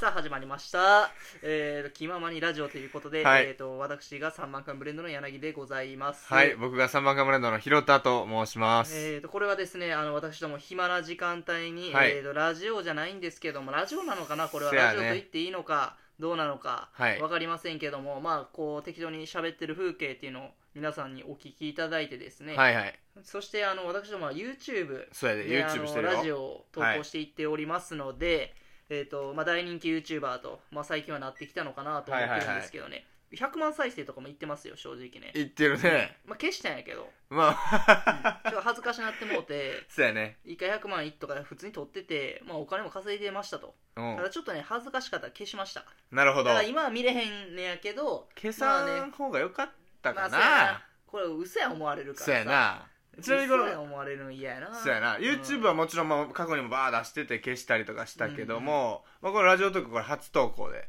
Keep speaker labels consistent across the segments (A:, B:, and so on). A: 始まりました。えーと、気ままにラジオということで、
B: はい
A: えーと、私が三万貫ブレンドの柳でございます。
B: はい、僕が三番カムランドのひろたと申します。
A: えー、とこれはですねあの私ども暇な時間帯に、
B: はい
A: えー、とラジオじゃないんですけどもラジオなのかなこれは
B: せや
A: ラ
B: ね
A: ジオと言っていいのかどうなのか、
B: はい
A: わかりませんけども、まあ、こう適当に喋ってる風景っていうのを皆さんにお聞きいただいてですね、
B: はいはい。
A: そしてあの私どもは YouTube
B: そうやで、
A: であ
B: YouTube
A: の
B: してる
A: ラジ
B: よ。
A: オを投稿していっておりますので、えーとまあ、大人気 YouTuber と、まあ、最近はなってきたのかなと思ってるんですけどね、100万再生とかも言ってますよ正直ね、
B: 言ってるね。
A: まあ、消したんやけど
B: まあ、
A: ちょっと恥ずかしなってもうて
B: そうやね。
A: 一回100万いっとか普通に取ってて、まあ、お金も稼いでましたと、
B: うん
A: た。だちょっとね恥ずかしかったら消しました
B: なるほ
A: だ
B: ど
A: か。ら今は見れへんねやけど
B: 消
A: ま
B: さ
A: あね
B: ん方が良かった
A: ま
B: か
A: あそうやな
B: な。
A: これ嘘や思われるから
B: そうやな。ちなみにこの
A: 嘘や思われるの嫌やな
B: そうやな。YouTube はもちろんまあ過去にもバー出してて消したりとかしたけども、まあこのラジオトークこれ初投稿で、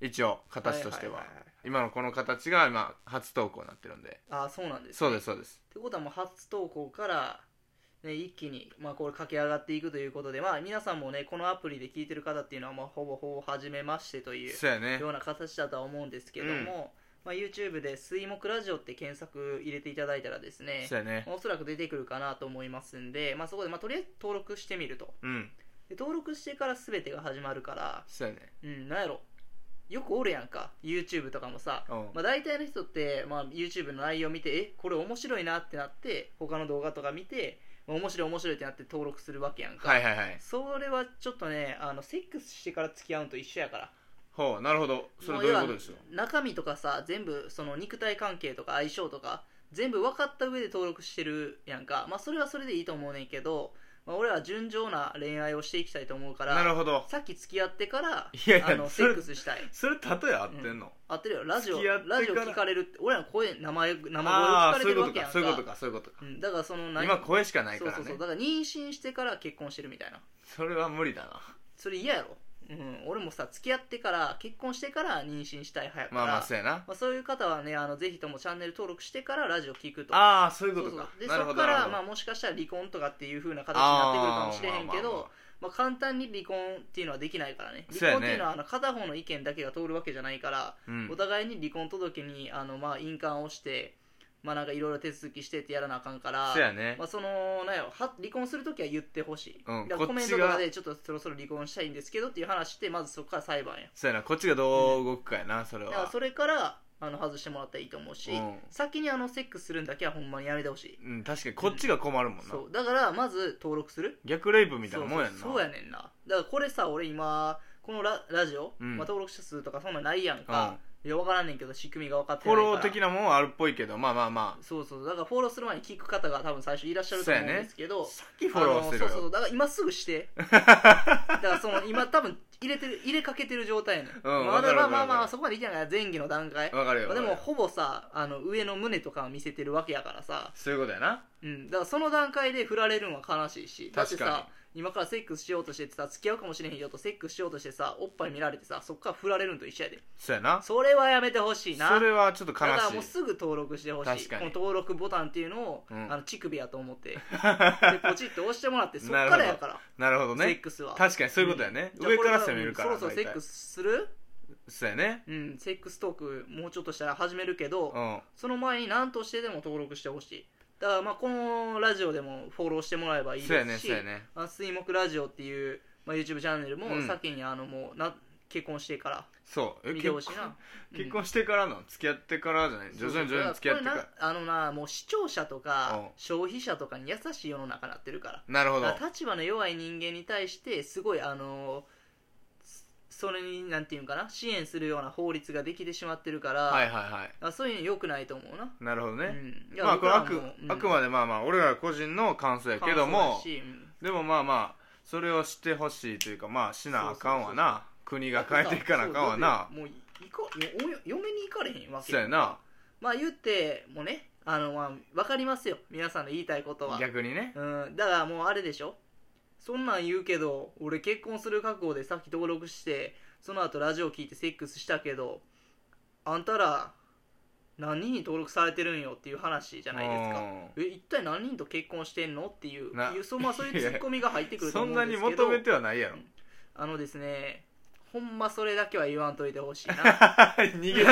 B: 一応形としては。
A: いいいい
B: 今のこの形が今初投稿になってるんで。
A: ああそうなんです、ね、
B: そうですすそうです。
A: ってことはもう初投稿から、ね、一気に、まあ、これ駆け上がっていくということで、まあ、皆さんもねこのアプリで聞いてる方っていうのは、まあ、ほぼほぼ初めましてという
B: そうやね
A: よ。うな形だとは思うんですけども、
B: う
A: まあ、
B: ん
A: YouTube で「水木ラジオ」って検索入れていただいたらですね
B: そうやね。
A: おそらく出てくるかなと思いますんで、まあ、そこで、まあ、とりあえず登録してみると
B: うん。
A: で登録してから全てが始まるから
B: そうやね。
A: うんなんやろよくおるやんか YouTube とかもさ、
B: うん
A: まあ、大体の人って、まあ、YouTube の内容見てえこれ面白いなってなって他の動画とか見て、まあ面白い面白いってなって登録するわけやんか、
B: はいはいはい。
A: それはちょっとねあのセックスしてから付き合うんと一緒やから
B: ほう、なるほど。それどういうことですよ。
A: もう要は中身とかさ全部その肉体関係とか相性とか全部分かった上で登録してるやんかまあそれはそれでいいと思うねんけど、まあ、俺は純情な恋愛をしていきたいと思うから
B: なるほど。
A: さっき付き合ってから
B: いやいや
A: あの
B: そ
A: セ
B: れ
A: ックスしたい
B: それ、例え合ってんの、
A: 合ってるよラジオ
B: 付き合ってから
A: ラジオ聞かれるって俺らの声名前生声を聞
B: あ
A: か
B: あ、
A: れ
B: そう
A: てる
B: いうこ
A: わ
B: と
A: けや
B: か、
A: んか
B: そういうことか、そういうことか。
A: うんだからその何
B: 今、声しかない
A: そ
B: か
A: う
B: らね。
A: そ
B: そ
A: そ
B: う
A: うだから妊娠してから結婚してるみたいな
B: れは無理だな。
A: それ嫌やろ、うん、俺もさ付き合ってから結婚してから妊娠したい早くから
B: まあまあ、そうやな。
A: まあ、そういう方はねあのぜひともチャンネル登録してからラジオ聞くと
B: ああ、そういう
A: そ
B: こ
A: う
B: と
A: そう
B: か。
A: で
B: な
A: そ
B: る
A: こ
B: ほど。
A: から、
B: なるほど
A: まあ、もしかしたら離婚とかっていう風な形になってくるかもしれへんけど
B: あーまあまあまあ
A: まあ、簡単に離婚っていうのはできないからね
B: そ
A: 離
B: うや
A: 婚
B: ね
A: っていうのはあの片方の意見だけが通るわけじゃないから、
B: うん
A: お互いに離婚届にあの、まあ、印鑑を押して、まあ、なんかいろいろ手続きしてってやらなあかんから
B: そうやね
A: ま。あ、そのなんやろは離婚するときは言ってほしい、
B: うん
A: だから
B: こ
A: コ
B: っち
A: メ
B: が
A: ントとかでちょっとそろそろ離婚したいんですけどっていう話してまずそこから裁判や
B: そうやな。こっちがどう動くかやな、それ
A: だから
B: は。
A: それからあの外してもらったらいいと思うし、
B: うん
A: 先にあのセックスするんだけはほんまにやめてほしい
B: うん、確かにこっちが困るもんな。
A: そうだからまず登録する
B: 逆レイプみたいなもんやんな。
A: そうそうそうやねんなだからこれさ俺今このララジオ、
B: うん
A: まあ、登録者数とかそんなないやんか、いや分からんねんけど仕組みが分かって
B: フ
A: な
B: ォ
A: いから
B: ロー的なもんはあるっぽいけど、まあまあま
A: そうそうそうだからフォローする前に聞く方が多分最初いらっしゃると思うんですけど、
B: あ。さっきフォローしてる
A: あのそうそう
B: よ。
A: だから今すぐしてだからその今多分入れてる入れかけてる状態やねん、
B: うん
A: ま
B: わか
A: だ
B: る
A: まあ
B: わかる
A: まあまあ
B: わかる
A: そこまでいけないから前期の段階
B: わかるよ。
A: まあで
B: わかる
A: も
B: よ
A: ほぼさあの上の胸とかを見せてるわけやからさ、
B: そういうことやな。
A: うん、だからその段階で振られるのは悲しいしだってさ
B: 確か
A: 今からセックスしようとしててさ付き合うかもしれへんよとセックスしようとしてさおっぱい見られてさそっから振られるのと一緒やで
B: そうやな。
A: それはやめてほしいな
B: それはちょっと
A: だから
B: 悲
A: もう
B: しい。
A: すぐ登録してほしい
B: 確かに
A: この登録ボタンっていうのを、
B: うん
A: あの乳首やと思 ってでポチッと押してもらってそっからやから、
B: なるほど
A: セ
B: ね
A: ッ。クスは
B: 確かにそういうことやね、
A: じゃあ
B: 上
A: こ
B: か
A: れ
B: ら攻めるから、
A: うんそろそろセック
B: ス
A: スする
B: そうやね
A: うんセックストークもうちょっとしたら始めるけど、
B: うん
A: その前に何としてでも登録してほしいだからまあこのラジオでもフォローしてもらえばいい
B: そうや
A: で
B: ね
A: すし
B: そうやね
A: あ水木ラジオっていう、まあ、YouTube チャンネルも
B: うん
A: 先にあのもうな結婚してから
B: そうえ
A: 見てほしいな
B: 結婚してからの付き合ってからじゃない
A: うん
B: 徐々に徐々に付き合ってか
A: こ
B: ら
A: れなあのなもう視聴者と
B: う
A: か
B: ん
A: 消費者とかに優しい世の中になってるから
B: なるほど
A: だから立場の弱い人間に対してすごいあのそそれになんていうんかな支援するような法律ができてしまってるから、
B: はいはいは
A: あそういうの良くないと思うな、
B: いなるほどね、
A: うんいや
B: まあこれあ
A: 僕
B: く,、
A: らもうん
B: あくまでまあまあ俺ら個人の感想やけど
A: 感
B: も
A: 想やしうん
B: でもまあまあそれをしてほしいというかまあしなあかんわな国が変えていかなあかんわな
A: そうだってもういかよお嫁に行かれへんわけ
B: そうやな
A: まあ言ってもねあの、まあ、分かりますよ皆さんの言いたいことは、
B: 逆にね
A: うん、だからもうあれでしょそんなん言うけど俺結婚する覚悟でさっき登録してその後ラジオ聞いてセックスしたけどあんたら何人に登録されてるんよっていう話じゃないですか
B: う
A: え一体何人と結婚してんのっていう
B: な
A: いうそう,、まあ、そういうツッコミが入ってく
B: ん
A: ると
B: そ
A: 思うん
B: ん
A: で
B: な
A: すけ
B: に
A: ど
B: 求めてはないやろ
A: あのですねほんまそれだけは言わんといてほしいな
B: 逃 げて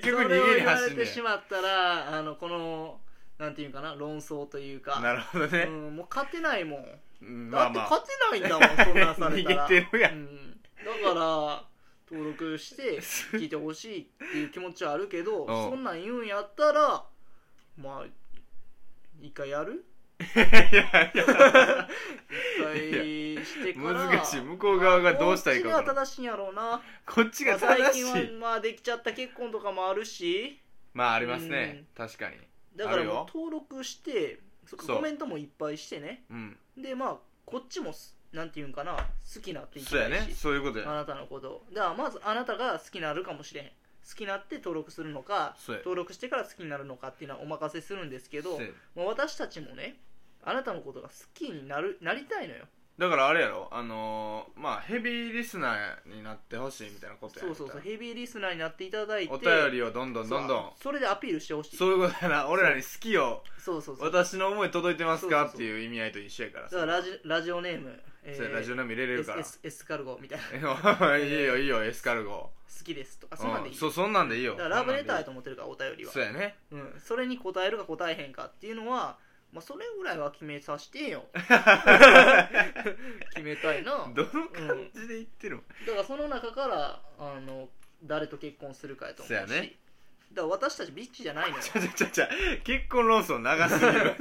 B: 結局逃
A: それを
B: げに
A: 言われ
B: 走んね
A: てしまったらあのこのなんていうかな論争というか
B: んなるほどね
A: う、ん、もう勝てないもん
B: うんま
A: だ
B: あ
A: って
B: ま
A: 勝
B: あ
A: てないんだもん、そんなんされたら
B: 逃げてるやん
A: うん、だから登録して聞いてほしいっていう気持ちはあるけどそんなん言うんやったらまあ一回やる
B: いやいや
A: 一回してから
B: 難しい向こう側がどうしたらいいか
A: こっち
B: 分
A: が
B: からん
A: 正しいんやろうな
B: こっちが
A: 最
B: 正
A: 近
B: し
A: はいまあできちゃった結婚とかもあるし
B: まあありますね確かに
A: だから
B: ある
A: もう
B: よ
A: 登録してそっか
B: そう
A: コメントもいっぱいしてね
B: うん
A: でまあこっちもすなんていうんかな好きになっていき
B: そう
A: た
B: や
A: いし
B: ねそういうこと
A: あ
B: や
A: なたのことをだからまずあなたが好きになるかもしれへん好きになって登録するのか
B: そうや
A: 登録してから好きになるのかっていうのはお任せするんですけど
B: そうや
A: もう私たちもねあなたのことが好きになるなりたいのよ
B: だからあれやろあのーまあヘビーリスナーになってほしいみたいなことや
A: そうそうそうヘビーリスナーになっていただいて
B: お便りをどんどん
A: そう
B: どんどん
A: それでアピールしてほしい
B: そういうことやな俺らに好きを
A: そうそうそう
B: 私の思い届いてま
A: そ
B: すか
A: うそうそう
B: っていう意味合いと一緒やから
A: だからラジラジオネーム、えー
B: そうやラジオネーム入れれるから
A: S, S, S カルゴみたいな
B: いいよいいよエスカルゴ
A: 好きですとかそんなんでいい、
B: うんそうそんなんでいいよ
A: だからラブレターや
B: と
A: と思ってるからお便りは
B: そうやね
A: うん、それに答えるか答えへんかっていうのは、まあ、それぐらいは決めさせて よ決めたいな
B: どの感じで言ってるの
A: だからその中からあの誰と結婚するかやと思うし
B: そやね
A: だから私たちビッチじゃないの よ
B: ちゃちゃちゃちゃ結婚論争長す ぎる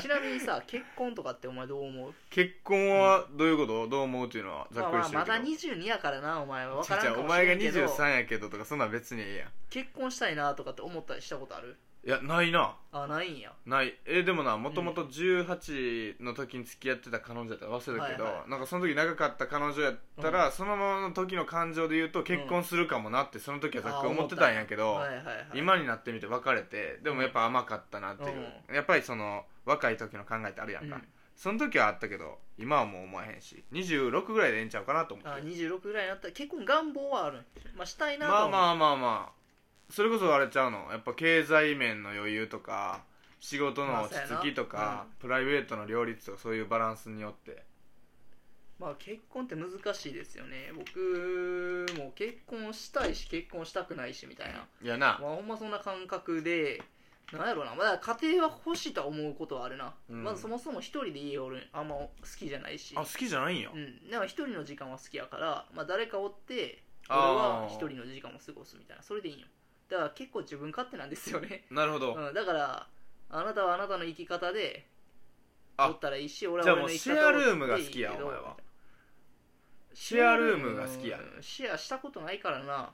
A: ちなみにさ結婚とかってお前どう思う
B: 結婚はどういうことどう思うっていうのはざ
A: ま
B: っ
A: あ
B: くり
A: ま
B: し
A: あ
B: てる
A: ま
B: けど
A: だ22やからなお前は分
B: ち
A: か
B: ゃ
A: ら
B: ち
A: ん
B: ゃ
A: か
B: お
A: もし
B: 前
A: れ
B: が
A: んけど
B: 23やけどとかそんなん別にええやん
A: 結婚したいなとかって思ったりしたことある
B: いやないな
A: あないんや
B: ないえでもなもともと18の時に付き合ってた彼女やったら忘れたけど、
A: はいは
B: なんかその時長かった彼女やったら、そのままの時の感情で言うと結婚するかもなってその時はざっくり思ってたんやけど、
A: はいはいはい
B: 今になってみて別れてでもやっぱ甘かったなっていう、やっぱりその若い時の考えってあるやんか、
A: うん
B: その時はあったけど今はもう思えへんし26ぐらいでええんちゃうかなと思って
A: あ
B: る
A: 26ぐらいになったら結婚願望はあるんまあしたいなと
B: ま
A: は
B: あ
A: 思う
B: まあまあまあそれこそあれちゃうのやっぱ経済面の余裕とか仕事の落ち着きとか、
A: まあそうやなうん
B: プライベートの両立とかそういうバランスによって
A: まあ結婚って難しいですよね僕も結婚したいし結婚したくないしみたいな、
B: いやな
A: まあ、ほんまそんな感覚でなんやろうな、まあ、だから家庭は欲しいとは思うことはあるな、
B: うん
A: まずそもそも一人で家おるんあんま好きじゃないし
B: あ好きじゃないんや、
A: うん、だから一人の時間は好きやから、まあ、誰かおって俺
B: あー
A: は一人の時間を過ごすみたいなそれでいいんよだから結構自分勝手なんですよね、
B: なるほど、
A: うん、だからあなたはあなたの生き方で
B: あ
A: おったらいいし俺
B: じゃ
A: は
B: あ
A: 俺
B: もう
A: の生き方を
B: シェアルームが好きや
A: いいけど
B: お前は
A: シ
B: ェアルームが好きや
A: うんシェアしたことないからな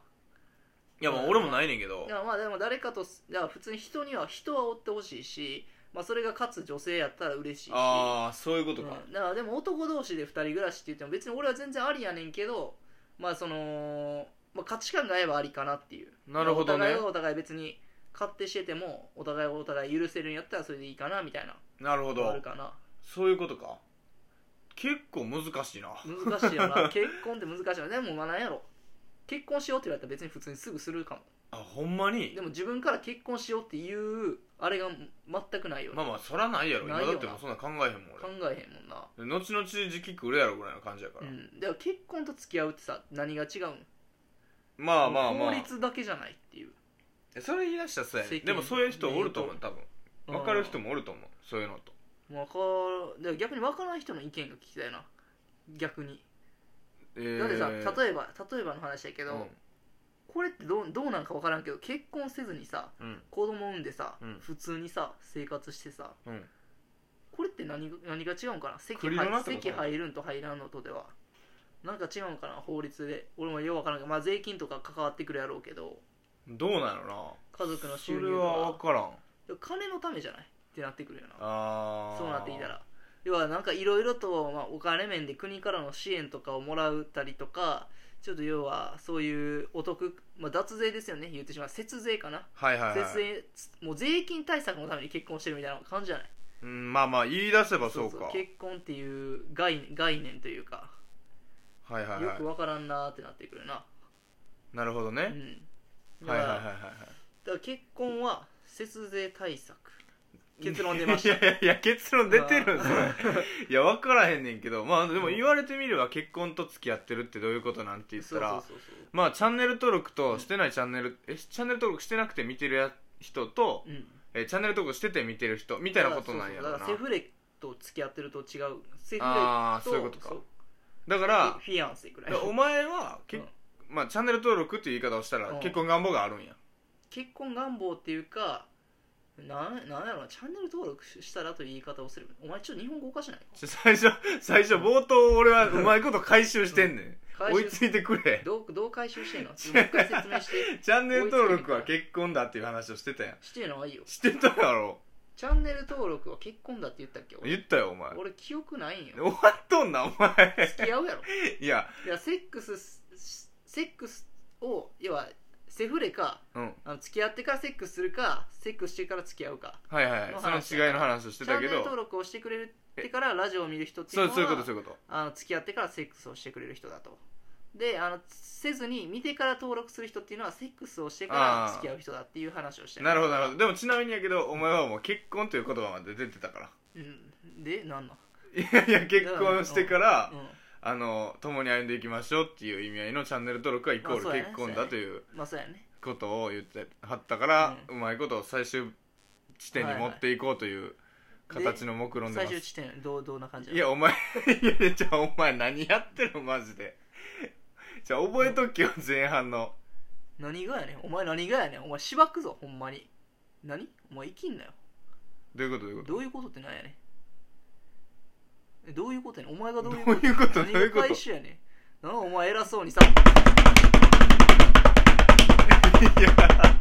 A: い
B: やまあ俺もないねんけど
A: いやまあでも誰かとすいや普通に人には人はおってほしいし、まあ、それがかつ女性やったら嬉しいし
B: ああそういうことか、
A: うんだからでも男同士で2人暮らしって言っても別に俺は全然ありやねんけどまあその、まあ、価値観が合えばありかなっていう
B: なるほど
A: お互
B: ね
A: いがお互い別に勝手しててもお互いがお互い許せるんやったらそれでいいかなみたいな
B: なるほ
A: あ
B: ど
A: るかな
B: そういうことか結構難しいな
A: 難しいよ な結婚って難しいよなでもまあなんやろ結婚しようって言われたら別に普通にすぐするかも
B: あほんまに
A: でも自分から結婚しようっていうあれが全くないよね、
B: まあまあそらないやろ
A: ないよな
B: 今だってもうそんな考えへんもん
A: 考えへんもんな
B: 俺後々時期来るやろぐらいの感じやか
A: う
B: ら、
A: んでも結婚と付き合うってさ何が違うん
B: まあまあま
A: 法
B: あ
A: 律だけじゃないっていう
B: えそれ言い出したらそうやね
A: 世間
B: でもそういう人おると思う
A: で
B: 多分分かる人もおると思うそういうのと
A: 分かるでも逆に分からない人の意見が聞きたいな逆に
B: え
A: だってさ
B: ー
A: 例えば例えばの話やけど、これってどうどうなんか分からんけど結婚せずにさ
B: うんうん
A: 子供産んでさ、
B: うん
A: 普通にさ生活してさ
B: うん
A: これって何が何が違うんかな席
B: 栗のな
A: 入
B: ってこと
A: 席入るんと入らんのとではなんか違うんかな法律で俺もよう分からんけど、まあ、税金とか関わってくるやろうけど
B: どうなの
A: 家族
B: な
A: の
B: そ
A: 収入
B: れ
A: と
B: は
A: か
B: 分からん
A: 金のためじゃないってなってくるよな
B: ああ
A: そうなってきたら要はなんかいろいろと、まあ、お金面で国からの支援とかをもらうたりとかちょっと要はそういうお得、まあ、脱税ですよね言ってしまう節税かな、
B: はいはい、
A: 節
B: はい
A: 税もう税金対策のために結婚してるみたいな感じじゃない
B: うん、まあまあ言い出せばそうか
A: 結婚っていう概念概念というか
B: はいはい
A: よ
B: は
A: くわからんなーってなってくるな、
B: いなるほど
A: う
B: ね、
A: んだか
B: はい
A: ら
B: はいはいは
A: だ
B: い
A: から結婚は節税対策結論出ました
B: いやいやいや結論出てるんそれ いや分からへんねんけどまあでも言われてみれば結婚と付き合ってるってどういうことなんて言った
A: そう
B: ら
A: そうそうそう
B: まあチャンネル登録としてないチャンネル、えチャンネル登録してなくて見てるや人と、
A: うん
B: えチャンネル登録してて見てる人みたいなことなんやろ
A: だ
B: な
A: からセフレと付き合ってると違うセフレと
B: あーそういうことか
A: そう
B: だから
A: フィアンセくらい
B: お前は け、
A: うん
B: まあ、チャンネル登録っていう言い方をしたら
A: うん
B: 結婚願望があるんや、
A: 結婚願望っていうかなんなんやろなチャンネル登録したらという言い方をするお前ちょっと日本語おかしない
B: ちょ最初最初冒頭俺はうまいこと回収してんねん、
A: 回収
B: 追いついてくれ
A: どうどう回収してんのもう一回説明して
B: チャンネル登録は結婚だっていう話をしてたやん
A: してないよ
B: してたやろ
A: チャンネル登録は結婚だって言ったっけ俺
B: 言ったよお前
A: 俺記憶ないんよ
B: 終わっとんなお前
A: 付き合うやろ
B: いや
A: いやセックスすセックスを要はセフレか
B: うん
A: あの付き合ってからセックスするかセックスしてから付き合うか
B: はいはい
A: の
B: その
A: 話
B: 違いの話をして
A: チャ
B: た
A: ン
B: け
A: ネル登
B: ど
A: 録をしてくれるってからラジオを見る人ってい
B: そうう
A: のは
B: そういうことそういうこと
A: あの付き合ってからセックスをしてくれる人だとであのせずに見てから登録する人っていうのはセックスをしてから付き合う人だっていう話をして
B: なるほどなるほどでもちなみにやけどお前はもう結婚という言葉まで出てたから
A: うん、でなんなん、
B: いやいや結婚してから、
A: うん
B: あの共に歩んでいきましょうっていう意味合いのチャンネル登録はイコー
A: あ
B: ル
A: そうやね
B: 結婚だという
A: まあそうやね
B: ことを言ってはったから、うまいことを最終地点に持っていこうという形の目論でま
A: 最
B: す、
A: 終地点どうどんな感じない
B: やお前 いやじゃあお前何やってるマジでじゃあ覚えときよ前半の
A: 何がやねんお前何がやねんお前しばくぞほんまに何お前生きんなよ
B: どういうことどういうこ
A: どういうことってなんやねんえどういうことやねんお前がど
B: と
A: ういう
B: どういうことどう
A: 何
B: いうこ
A: が
B: と
A: 一緒やね んなんかお前偉そうにさ
B: いや